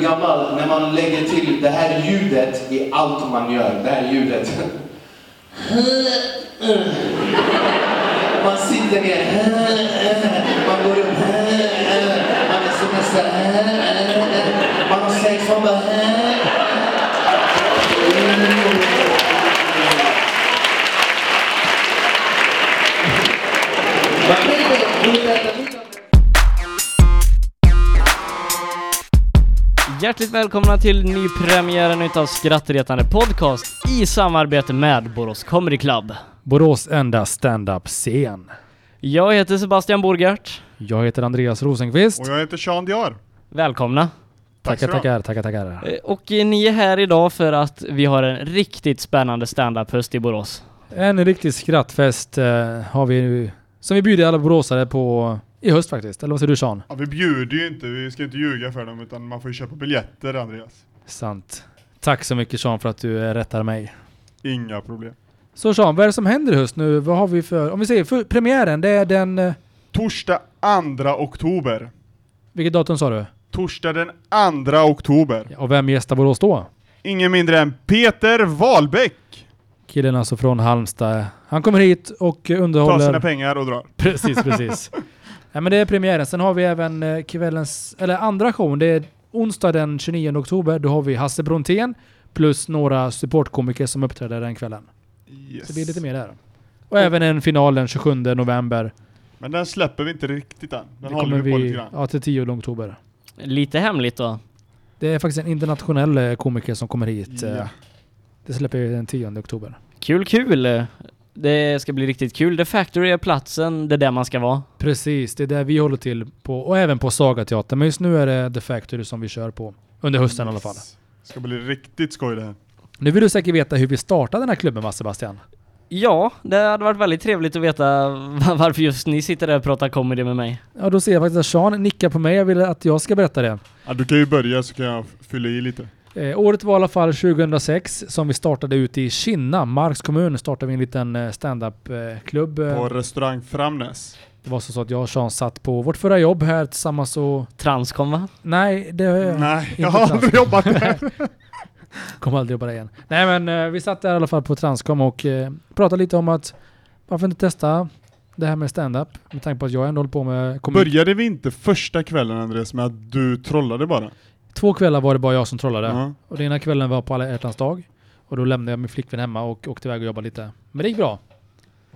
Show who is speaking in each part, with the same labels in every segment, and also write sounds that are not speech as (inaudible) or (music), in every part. Speaker 1: grabbar, när man lägger till det här ljudet i allt man gör, det här ljudet. Man sitter ner, man går upp, man är semester, man har sex, man bara...
Speaker 2: Hjärtligt välkomna till nypremiären utav Skrattretande Podcast i samarbete med Borås Comedy Club.
Speaker 3: Borås enda stand-up-scen.
Speaker 2: Jag heter Sebastian Borgert.
Speaker 3: Jag heter Andreas Rosenqvist.
Speaker 4: Och jag heter Sean Diar.
Speaker 2: Välkomna.
Speaker 4: Tack
Speaker 3: Tackar,
Speaker 4: så
Speaker 3: tackar, tackar, tackar.
Speaker 2: Eh, Och eh, ni är här idag för att vi har en riktigt spännande standup-höst i Borås.
Speaker 3: En riktig skrattfest eh, har vi nu, som vi bjuder alla boråsare på i höst faktiskt. Eller vad säger du Sean?
Speaker 4: Ja, vi bjuder ju inte, vi ska inte ljuga för dem utan man får ju köpa biljetter Andreas.
Speaker 3: Sant. Tack så mycket Sean för att du eh, rättar mig.
Speaker 4: Inga problem.
Speaker 3: Så Sean, vad är det som händer i höst nu? Vad har vi för... Om vi säger för, premiären, det är den... eh,
Speaker 4: Torsdag 2 oktober.
Speaker 3: Vilket datum sa du?
Speaker 4: Torsdag den 2 oktober.
Speaker 3: Ja, Och vem gästar Borås då?
Speaker 4: Ingen mindre än Peter Wahlbeck.
Speaker 3: Killen alltså från Halmstad. Han kommer hit och eh,
Speaker 4: Tar
Speaker 3: underhåller...
Speaker 4: sina pengar och drar.
Speaker 3: Precis,
Speaker 4: (laughs)
Speaker 3: precis. ja, men det är premiären. Sen har vi även eh, kvällens, eller andra showen. Det är onsdag den 29 oktober. Då har vi Hasse Brontén plus några supportkomiker som uppträder den kvällen. Så
Speaker 4: Yes.
Speaker 3: det blir lite mer där. Och även en final den 27 november.
Speaker 4: Men den släpper vi inte riktigt än. Den
Speaker 3: Det
Speaker 4: håller
Speaker 3: kommer
Speaker 4: vi på lite grann.
Speaker 3: ja, till 10 oktober.
Speaker 2: Lite hemligt då.
Speaker 3: Det är faktiskt en internationell eh, komiker som kommer hit. eh,
Speaker 4: Ja.
Speaker 3: Det släpper vi den 10 oktober.
Speaker 2: Kul, kul! eh. Det ska bli riktigt kul. The Factory är platsen, det är där man ska vara.
Speaker 3: Precis, det är där vi håller till på. Och även på Sagateatern. Men just nu är det The Factory som vi kör på. Under hösten i alla fall.
Speaker 4: Yes. Ska bli riktigt skoj det här.
Speaker 3: Nu vill du säkert veta hur vi startade den här klubben va Sebastian?
Speaker 2: Ja, det hade varit väldigt trevligt att veta (laughs) varför just ni sitter där och pratar comedy med mig.
Speaker 3: Ja då ser jag faktiskt att Sean nickar på mig, jag vill att jag ska berätta det.
Speaker 4: Ja, du kan ju börja så kan jag f- fylla i lite.
Speaker 3: Eh, året var i alla fall 2006 som vi startade ut i Kinna, Marks kommun, startade vi en liten eh, standup-klubb. Eh,
Speaker 4: På restaurang Framnäs.
Speaker 3: det var så så att jag och Sean satt på vårt förra jobb här tillsammans och...
Speaker 2: Transcom va?
Speaker 3: Nej, det...
Speaker 4: Nej,
Speaker 3: Eh, inte
Speaker 4: jag har aldrig
Speaker 3: transkom. (laughs)
Speaker 4: jobbat där.
Speaker 3: Kommer aldrig jobba där igen. Nej men eh, vi satt där i alla fall på Transcom och eh, pratade lite om att varför inte testa det här med standup? Med tanke på att jag ändå håller på med... komik.
Speaker 4: Började vi inte första kvällen Andreas med att du trollade bara?
Speaker 3: Två kvällar var det bara jag som trollade.
Speaker 4: Ja.
Speaker 3: Och den ena kvällen var på alla hjärtans dag. Och då lämnade jag min flickvän hemma och åkte iväg och jobbade lite. Men det gick bra. Sen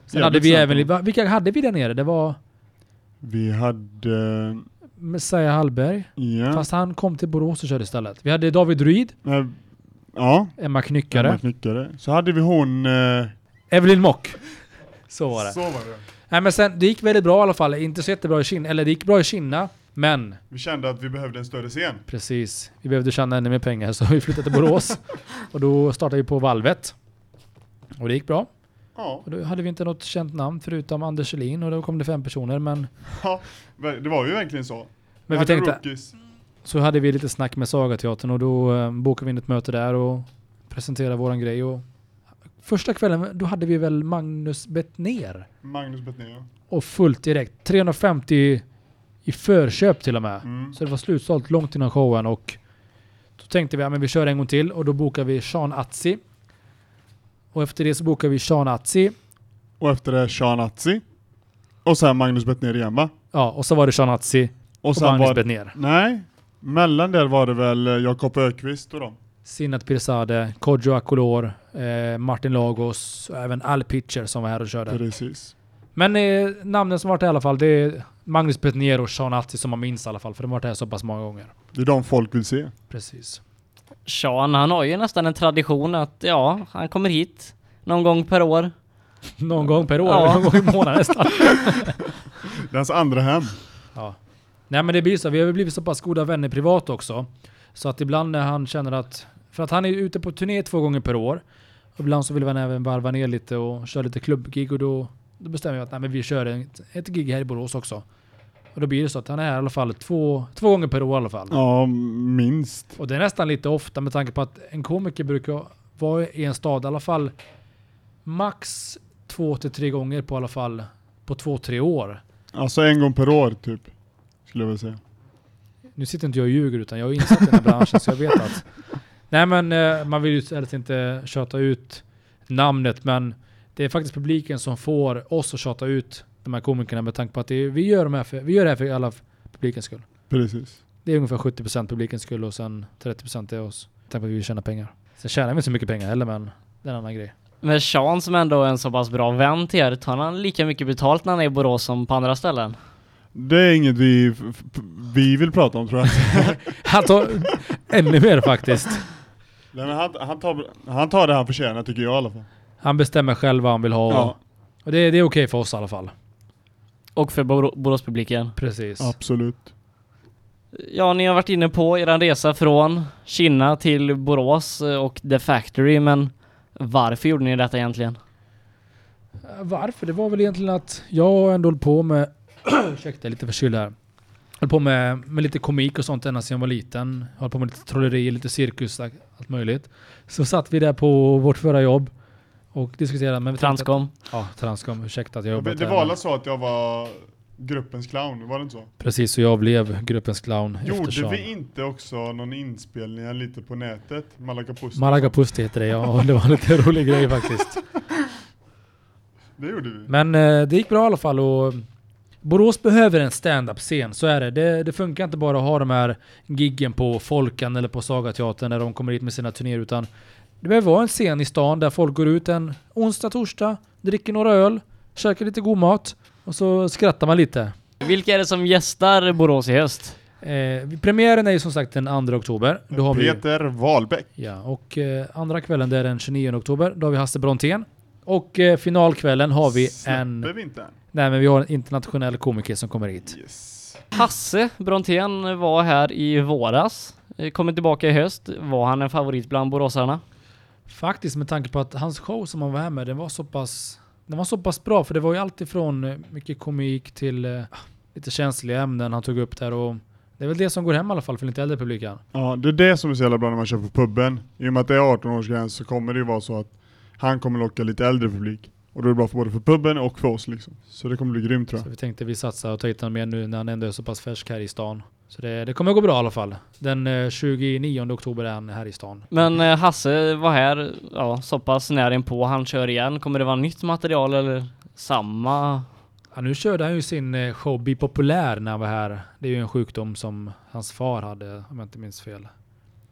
Speaker 4: Jävligt
Speaker 3: hade vi
Speaker 4: sant.
Speaker 3: även... li- va- Vilka hade vi där nere? Det var
Speaker 4: Vi hade... eh,
Speaker 3: Messiah Hallberg.
Speaker 4: Ja.
Speaker 3: Fast han kom till Borås och körde istället. Vi hade David Druid,
Speaker 4: eh, ja.
Speaker 3: Emma Knyckare,
Speaker 4: Gammal knyckare. Så hade vi hon... Eh,
Speaker 3: Evelyn Mock. (laughs) Så var det.
Speaker 4: Så var det.
Speaker 3: Nej men sen, det gick väldigt bra i alla fall. Inte så jättebra i Kina, eller det gick bra i Kina. Men
Speaker 4: Vi kände att vi behövde en större scen.
Speaker 3: precis, vi behövde tjäna ännu mer pengar (laughs) så vi flyttade till Borås. och då startade vi på Valvet. Och det gick bra.
Speaker 4: Ja.
Speaker 3: Och då hade vi inte något känt namn förutom Anders Kjellin och då kom det fem personer men...
Speaker 4: ja. Det var ju verkligen så.
Speaker 3: Men vi
Speaker 4: hade
Speaker 3: tänkte,
Speaker 4: Rookies.
Speaker 3: så hade vi lite snack med Sagateatern och då eh, bokade vi in ett möte där och presenterade våran grej och... Första kvällen, då hade vi väl Magnus Bettner
Speaker 4: Magnus Betnér.
Speaker 3: och fullt direkt. 350 i förköp till och med.
Speaker 4: Mm.
Speaker 3: Så det var slutsålt långt innan showen och... Då tänkte vi, ja men vi kör en gång till och då bokade vi Sean Atzi. Och efter det så bokade vi Sean Atzi.
Speaker 4: Och efter det Sean Atzi. Och sen Magnus Betnér igen va?
Speaker 3: Ja, och så var det Sean Atzi
Speaker 4: Och
Speaker 3: och,
Speaker 4: sen
Speaker 3: Magnus
Speaker 4: var...
Speaker 3: Bettner.
Speaker 4: Nej. Mellan där var det väl eh, Jakob Ökvist och dem.
Speaker 3: Sinat Pirzadeh, Kodjo Akolor, eh, Martin Lagos och även Al Pitcher som var här och körde.
Speaker 4: Precis.
Speaker 3: Men eh, namnen som varit här i alla fall, det är Magnus Petner och Sean Atti som man minns i alla fall, för de har varit här så pass många gånger.
Speaker 4: Det är de folk vill se.
Speaker 3: Precis.
Speaker 2: Sean, han har ju nästan en tradition att, ja, han kommer hit någon gång per år.
Speaker 3: Någon gång per år,
Speaker 2: Ja.
Speaker 3: någon gång i (laughs) månaden nästan.
Speaker 4: Det är hans andra hem.
Speaker 3: Ja. Nej men det blir så, vi har ju blivit så pass goda vänner privat också. Så att ibland när han känner att... För att han är ju ute på turné två gånger per år. Och ibland så vill han även varva ner lite och köra lite klubbgig och då, då bestämmer jag att nej, men vi kör ett, ett gig här i Borås också. Och då blir det så att han är här i alla fall två, två gånger per år i alla fall.
Speaker 4: Ja, minst.
Speaker 3: Och det är nästan lite ofta med tanke på att en komiker brukar vara i en stad i alla fall max två till tre gånger på i alla fall på två, tre år.
Speaker 4: Alltså en gång per år typ. Skulle jag vilja säga.
Speaker 3: Nu sitter inte jag och ljuger utan jag är insatt i den här branschen så jag vet att... Nej men eh, man vill ju helst inte tjata ut namnet men det är faktiskt publiken som får oss att tjata ut de här komikerna med tanke på att det är, vi, gör de här för, vi gör det här för alla publikens skull.
Speaker 4: Precis.
Speaker 3: Det är ungefär 70% publikens skull och sen 30% är oss. Tack för att vi vill tjäna pengar. Sen tjänar vi inte så mycket pengar heller men det är en annan grej.
Speaker 2: Men Sean som ändå är en så pass bra vän till er, tar han lika mycket betalt när han är i Borås som på andra ställen?
Speaker 4: Det är inget vi, f- f- vi vill prata om
Speaker 3: (laughs)
Speaker 4: tror jag.
Speaker 3: Han tar (laughs) ännu mer faktiskt.
Speaker 4: Nej, men han, han, tar, han tar det han förtjänar tycker jag i alla fall.
Speaker 3: Han bestämmer själv vad han vill ha.
Speaker 4: Ja.
Speaker 3: Och det, det är okej för oss i alla fall.
Speaker 2: Och för Bor- Boråspubliken?
Speaker 3: Precis.
Speaker 4: Absolut.
Speaker 2: Ja, ni har varit inne på er resa från Kina till Borås eh, och The Factory, men varför gjorde ni detta egentligen?
Speaker 3: Eh, Varför? Det var väl egentligen att jag ändå höll på med... (clears throat) ursäkta, jag är lite förkyld här. Höll på med, med lite komik och sånt ända sedan jag var liten. Höll på med lite trolleri, lite cirkus, allt allt möjligt. Så satt vi där på vårt förra jobb och diskuterade. Men vi tänkte
Speaker 2: Transcom?
Speaker 3: att- Ja, Transcom. Ursäkta att jag jobbat
Speaker 4: Det
Speaker 3: här.
Speaker 4: var alla så att jag var gruppens clown, var det inte så?
Speaker 3: Precis, och jag blev gruppens clown
Speaker 4: Gjorde
Speaker 3: eftersom...
Speaker 4: vi inte också någon inspelning lite på nätet? Malakapusti?
Speaker 3: Malaga Pusti heter det, ja. (laughs) och Det var en lite rolig grej faktiskt.
Speaker 4: det gjorde vi.
Speaker 3: Men eh, det gick bra i alla fall och Borås behöver en stand-up-scen, så är det. det. Det funkar inte bara att ha de här giggen på Folkan eller på Sagateatern när de kommer hit med sina turnéer utan det behöver vara en scen i stan där folk går ut en onsdag, torsdag, dricker några öl, käkar lite god mat och så skrattar man lite.
Speaker 2: Vilka är det som gästar Borås i höst?
Speaker 3: Eh, premiären är ju som sagt den 2 oktober. Då har vi,
Speaker 4: Peter Wahlbeck.
Speaker 3: ja, och eh, andra kvällen det är den 29 oktober. Då har vi Hasse Brontén. Och eh, finalkvällen har vi en...
Speaker 4: Släpper vi inte än?
Speaker 3: Nej men vi har en internationell komiker som kommer hit.
Speaker 4: Yes.
Speaker 2: Hasse Brontén var här i våras, eh, kommer tillbaka i höst. Var han en favorit bland boråsarna?
Speaker 3: Faktiskt med tanke på att hans show som han var här med, den var så pass, den var så pass bra. För det var ju alltifrån eh, mycket komik till eh, lite känsliga ämnen han tog upp där. Och det är väl det som går hem i alla fall för lite äldre publiken.
Speaker 4: Ja, det är det som är så jävla bra när man kör på puben. I och med att det är 18-årsgräns så kommer det ju vara så att han kommer locka lite äldre publik. Och då är det bra för både för puben och för oss liksom. Så det kommer bli grymt tror
Speaker 3: Så
Speaker 4: jag.
Speaker 3: vi tänkte vi satsar och tar hit honom igen nu när han ändå är så pass färsk här i stan. Så det, det kommer gå bra i alla fall. Den eh, 29 oktober är han här i stan.
Speaker 2: Men eh, Hasse var här, ja, så pass nära inpå. Han kör igen. Kommer det vara nytt material eller samma?
Speaker 3: Ja, nu körde han ju sin eh, show Bli populär när han var här. Det är ju en sjukdom som hans far hade om jag inte minns fel.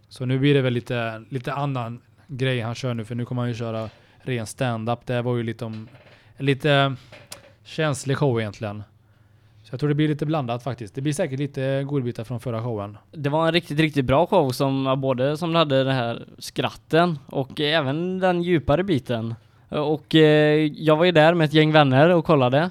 Speaker 3: Så nu blir det väl lite, lite annan grej han kör nu för nu kommer han ju köra ren stand-up. Det här var ju lite om en lite eh, känslig show egentligen. Så jag tror det blir lite blandat faktiskt. Det blir säkert lite godbitar från förra showen.
Speaker 2: Det var en riktigt, riktigt bra show som ja, både som hade den här skratten och eh, även den djupare biten. Eh, Och eh, jag var ju där med ett gäng vänner och kollade.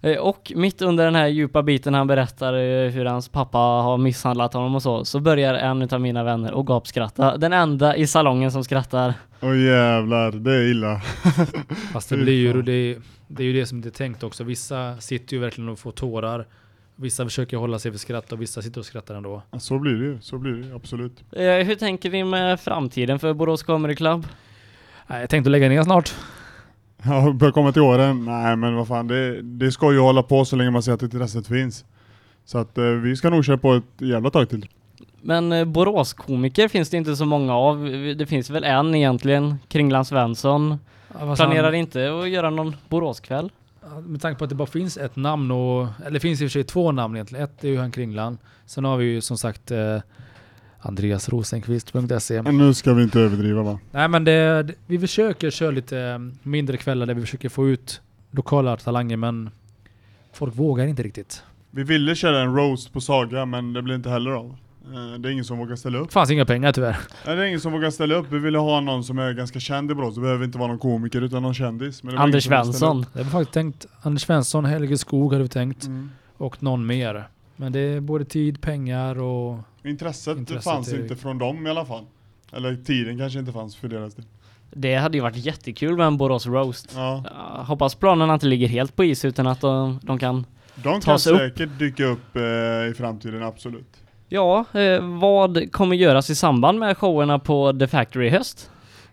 Speaker 2: Eh, Och mitt under den här djupa biten han berättar eh, hur hans pappa har misshandlat honom och så, så börjar en utav mina vänner och gapskratta. Den enda i salongen som skrattar.
Speaker 4: Åh jävlar, det är illa.
Speaker 3: Fast det
Speaker 4: Fy
Speaker 3: blir ju,
Speaker 4: fan.
Speaker 3: det, det är ju det som det är tänkt också. Vissa sitter ju verkligen och får tårar. Vissa försöker hålla sig för skratt och vissa sitter och skrattar ändå.
Speaker 4: Ja, Så blir det ju, så blir det ju, absolut.
Speaker 2: Eh, Hur tänker ni med framtiden för Borås Comedy Club?
Speaker 3: Nej, Jag tänkte lägga ner snart.
Speaker 4: Ja, börjar komma till åren. Nej men vad fan, det, det ska ju hålla på så länge man ser att intresset finns. Så att eh, vi ska nog köra på ett jävla tag till.
Speaker 2: Men eh, Boråskomiker finns det inte så många av. Det finns väl en egentligen, Kringland Svensson. Planerar inte att göra någon Boråskväll?
Speaker 3: Ja, Med tanke på att det bara finns ett namn och... Eller det finns i och för sig två namn egentligen. Ett är ju han Kringland. Sen har vi ju som sagt eh, andreasrosenqvist.se.
Speaker 4: Men nu ska vi inte överdriva va?
Speaker 3: Nej men det, det- vi försöker köra lite eh, mindre kvällar där vi försöker få ut lokala talanger men folk vågar inte riktigt.
Speaker 4: Vi ville köra en roast på Saga men det blev inte heller av. Eh, Det är ingen som vågar ställa upp.
Speaker 3: Det fanns inga pengar tyvärr.
Speaker 4: Nej, det är ingen som vågar ställa upp. Vi ville ha någon som är ganska känd i Borås. Det behöver inte vara någon komiker utan någon kändis. Men det var
Speaker 2: Anders
Speaker 4: ingen som ville ställa upp.
Speaker 2: Svensson.
Speaker 3: Det var faktiskt tänkt Anders Svensson, Helge Skog hade vi tänkt
Speaker 4: Mm.
Speaker 3: och någon mer. Men det är både tid, pengar och...
Speaker 4: Intresset,
Speaker 3: Intresset
Speaker 4: fanns
Speaker 3: är-
Speaker 4: inte från dem i alla fall. Eller tiden kanske inte fanns för deras del.
Speaker 2: Det hade ju varit jättekul med en Borås Roast.
Speaker 4: Ja.
Speaker 2: Jag hoppas planerna inte ligger helt på is utan att de, de kan...
Speaker 4: De kan
Speaker 2: Tas upp.
Speaker 4: säkert dyka upp eh, i framtiden, absolut.
Speaker 2: Ja, eh, vad kommer göras i samband med showerna på The Factory i höst?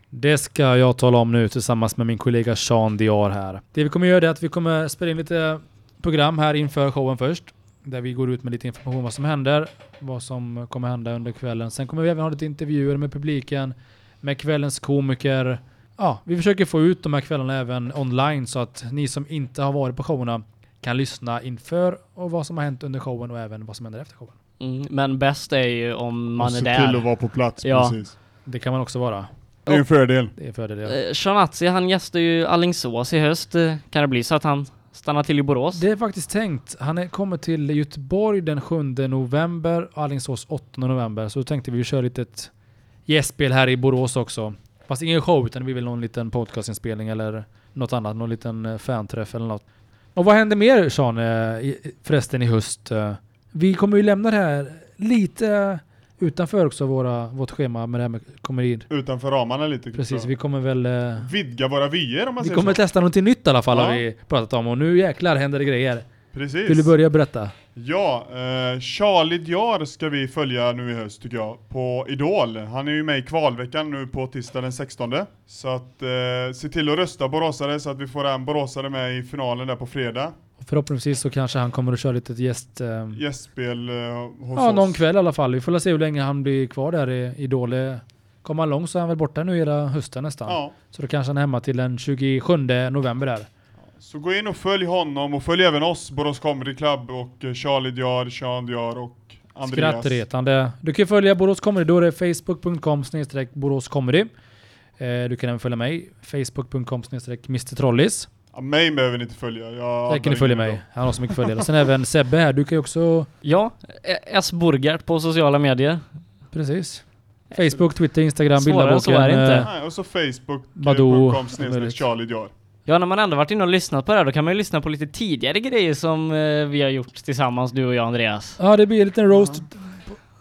Speaker 3: Det ska jag tala om nu tillsammans med min kollega Sean Diar här. Det vi kommer göra är att vi kommer spela in lite program här inför showen först. Där vi går ut med lite information om vad som händer, vad som kommer hända under kvällen. Sen kommer vi även ha lite intervjuer med publiken, med kvällens komiker. Ja, vi försöker få ut de här kvällarna även online så att ni som inte har varit på showerna kan lyssna inför och vad som har hänt under showen och även vad som händer efter showen.
Speaker 2: Mm, men bäst är ju om
Speaker 4: och
Speaker 2: man är
Speaker 4: se till att
Speaker 2: där.
Speaker 4: vara på plats
Speaker 2: Ja.
Speaker 4: precis.
Speaker 3: Det kan man också vara.
Speaker 4: Det är en fördel.
Speaker 3: Det är en fördel. ja.
Speaker 2: Eh, Shanazi, han gästar ju Alingsås i höst. Eh, Kan det bli så att han stannar till i Borås?
Speaker 3: Det är faktiskt tänkt. Han är, kommer till Göteborg den 7 november och Alingsås 8 november. Så då tänkte vi köra lite ett gästspel här i Borås också. Fast ingen show utan vi vill någon liten podcastinspelning eller något annat. Någon liten eh, fanträff eller något. Och vad händer mer Sean eh, i- förresten i höst? Eh, Vi kommer ju lämna det här lite eh, utanför också våra, vårt schema med det här med komedi.
Speaker 4: Utanför ramarna lite.
Speaker 3: Precis,
Speaker 4: så.
Speaker 3: vi kommer väl... eh,
Speaker 4: Vidga våra vyer om man
Speaker 3: Vi
Speaker 4: säger
Speaker 3: kommer
Speaker 4: så.
Speaker 3: testa någonting nytt i alla fall har
Speaker 4: Ja.
Speaker 3: vi pratat om och nu jäklar händer det grejer.
Speaker 4: Precis.
Speaker 3: Vill du börja berätta?
Speaker 4: Ja, eh, Charlie Diar ska vi följa nu i höst tycker jag, på Idol. Han är ju med i kvalveckan nu på tisdag den 16. Så att, eh, se till att rösta boråsare så att vi får en boråsare med i finalen där på fredag.
Speaker 3: Och Förhoppningsvis så kanske han kommer att köra lite ett gäst... Eh,
Speaker 4: Gästspel eh, hos
Speaker 3: ja,
Speaker 4: oss.
Speaker 3: någon kväll i alla fall. Vi får väl se hur länge han blir kvar där i Idol. Eh, Kommer han långt så är han väl borta nu hela hösten nästan.
Speaker 4: Ja.
Speaker 3: Så då kanske han är hemma till den 27 november där.
Speaker 4: Så gå in och följ honom och följ även oss, Borås Comedy Club och eh, Charlie Diar, Sean Diar och Andreas.
Speaker 3: Skrattretande. Du kan följa Borås Comedy. Då är det facebook.com snedstreck Borås Comedy. Eh, Du kan även följa mig. Facebook.com snedstreck Mr Trollis.
Speaker 4: Ja, mig behöver ni inte följa. Jag
Speaker 3: Där kan ni följa mig. Han har så mycket följare. Sen även Sebbe här. Du kan ju också...
Speaker 2: Ja, eh, S. Burgert på sociala medier.
Speaker 3: Precis. Facebook, Twitter, Instagram,
Speaker 2: Svårare än
Speaker 3: Bildarboken.
Speaker 2: så är det inte.
Speaker 3: eh,
Speaker 4: Nej, och så
Speaker 3: Badoo,
Speaker 4: facebook.com snedstreck
Speaker 3: möjligt.
Speaker 4: Charlie Diar.
Speaker 2: Ja, när man ändå varit inne och lyssnat på det här, då kan man ju lyssna på lite tidigare grejer som eh, vi har gjort tillsammans, du och jag Andreas.
Speaker 3: Ja, det blir en liten roast.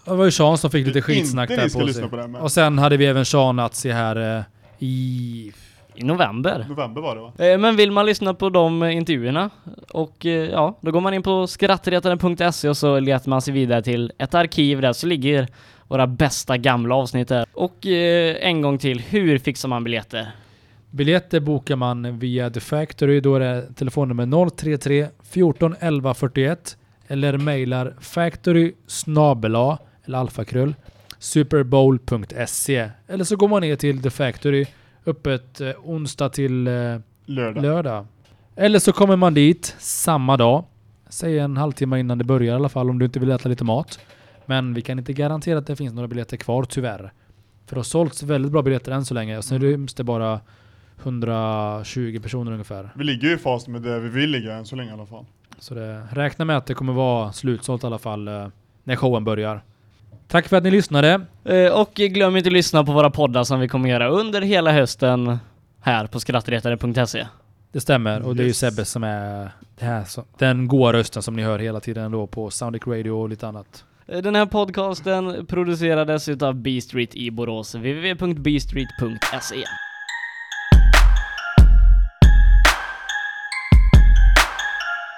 Speaker 3: Det var ju Sean som fick lite skitsnack
Speaker 4: inte
Speaker 3: där
Speaker 4: ni ska
Speaker 3: på sig.
Speaker 4: lyssna på det här med.
Speaker 3: Och sen hade vi även Sean Atzi här eh, i...
Speaker 2: I november.
Speaker 4: November var det va?
Speaker 2: Eh, Men vill man lyssna på de eh, intervjuerna och eh, ja, då går man in på skrattretaren.se E och så letar man sig vidare till ett arkiv där så ligger våra bästa gamla avsnitt där. Och eh, en gång till, hur fixar man biljetter?
Speaker 3: Biljetter bokar man via The Factory. Då är det telefonnummer 033 14 11 41 eller mejlar factory snabela eller alfakrull superbowl.se eller så går man ner till The Factory öppet eh, onsdag till eh,
Speaker 4: Lördag.
Speaker 3: lördag. Eller så kommer man dit samma dag. Säg en halvtimme innan det börjar i alla fall om du inte vill äta lite mat. Men vi kan inte garantera att det finns några biljetter kvar tyvärr. För det har sålts väldigt bra biljetter än så länge. Sen
Speaker 4: Mm.
Speaker 3: ryms det bara 120 personer ungefär.
Speaker 4: Vi ligger ju i fas med det vi vill ligga än så länge i alla fall.
Speaker 3: Så det, räkna med att det kommer vara slutsålt i alla fall eh, när showen börjar. Tack för att ni lyssnade.
Speaker 2: Eh, Och eh, glöm inte att lyssna på våra poddar som vi kommer göra under hela hösten här på skrattretare.se.
Speaker 3: Det stämmer och det är ju
Speaker 4: Yes.
Speaker 3: Sebbe som är det här, som- den goa rösten som ni hör hela tiden då på Soundic Radio och lite annat.
Speaker 2: Eh, Den här podcasten producerades utav B-Street i Borås, www.bstreet.se.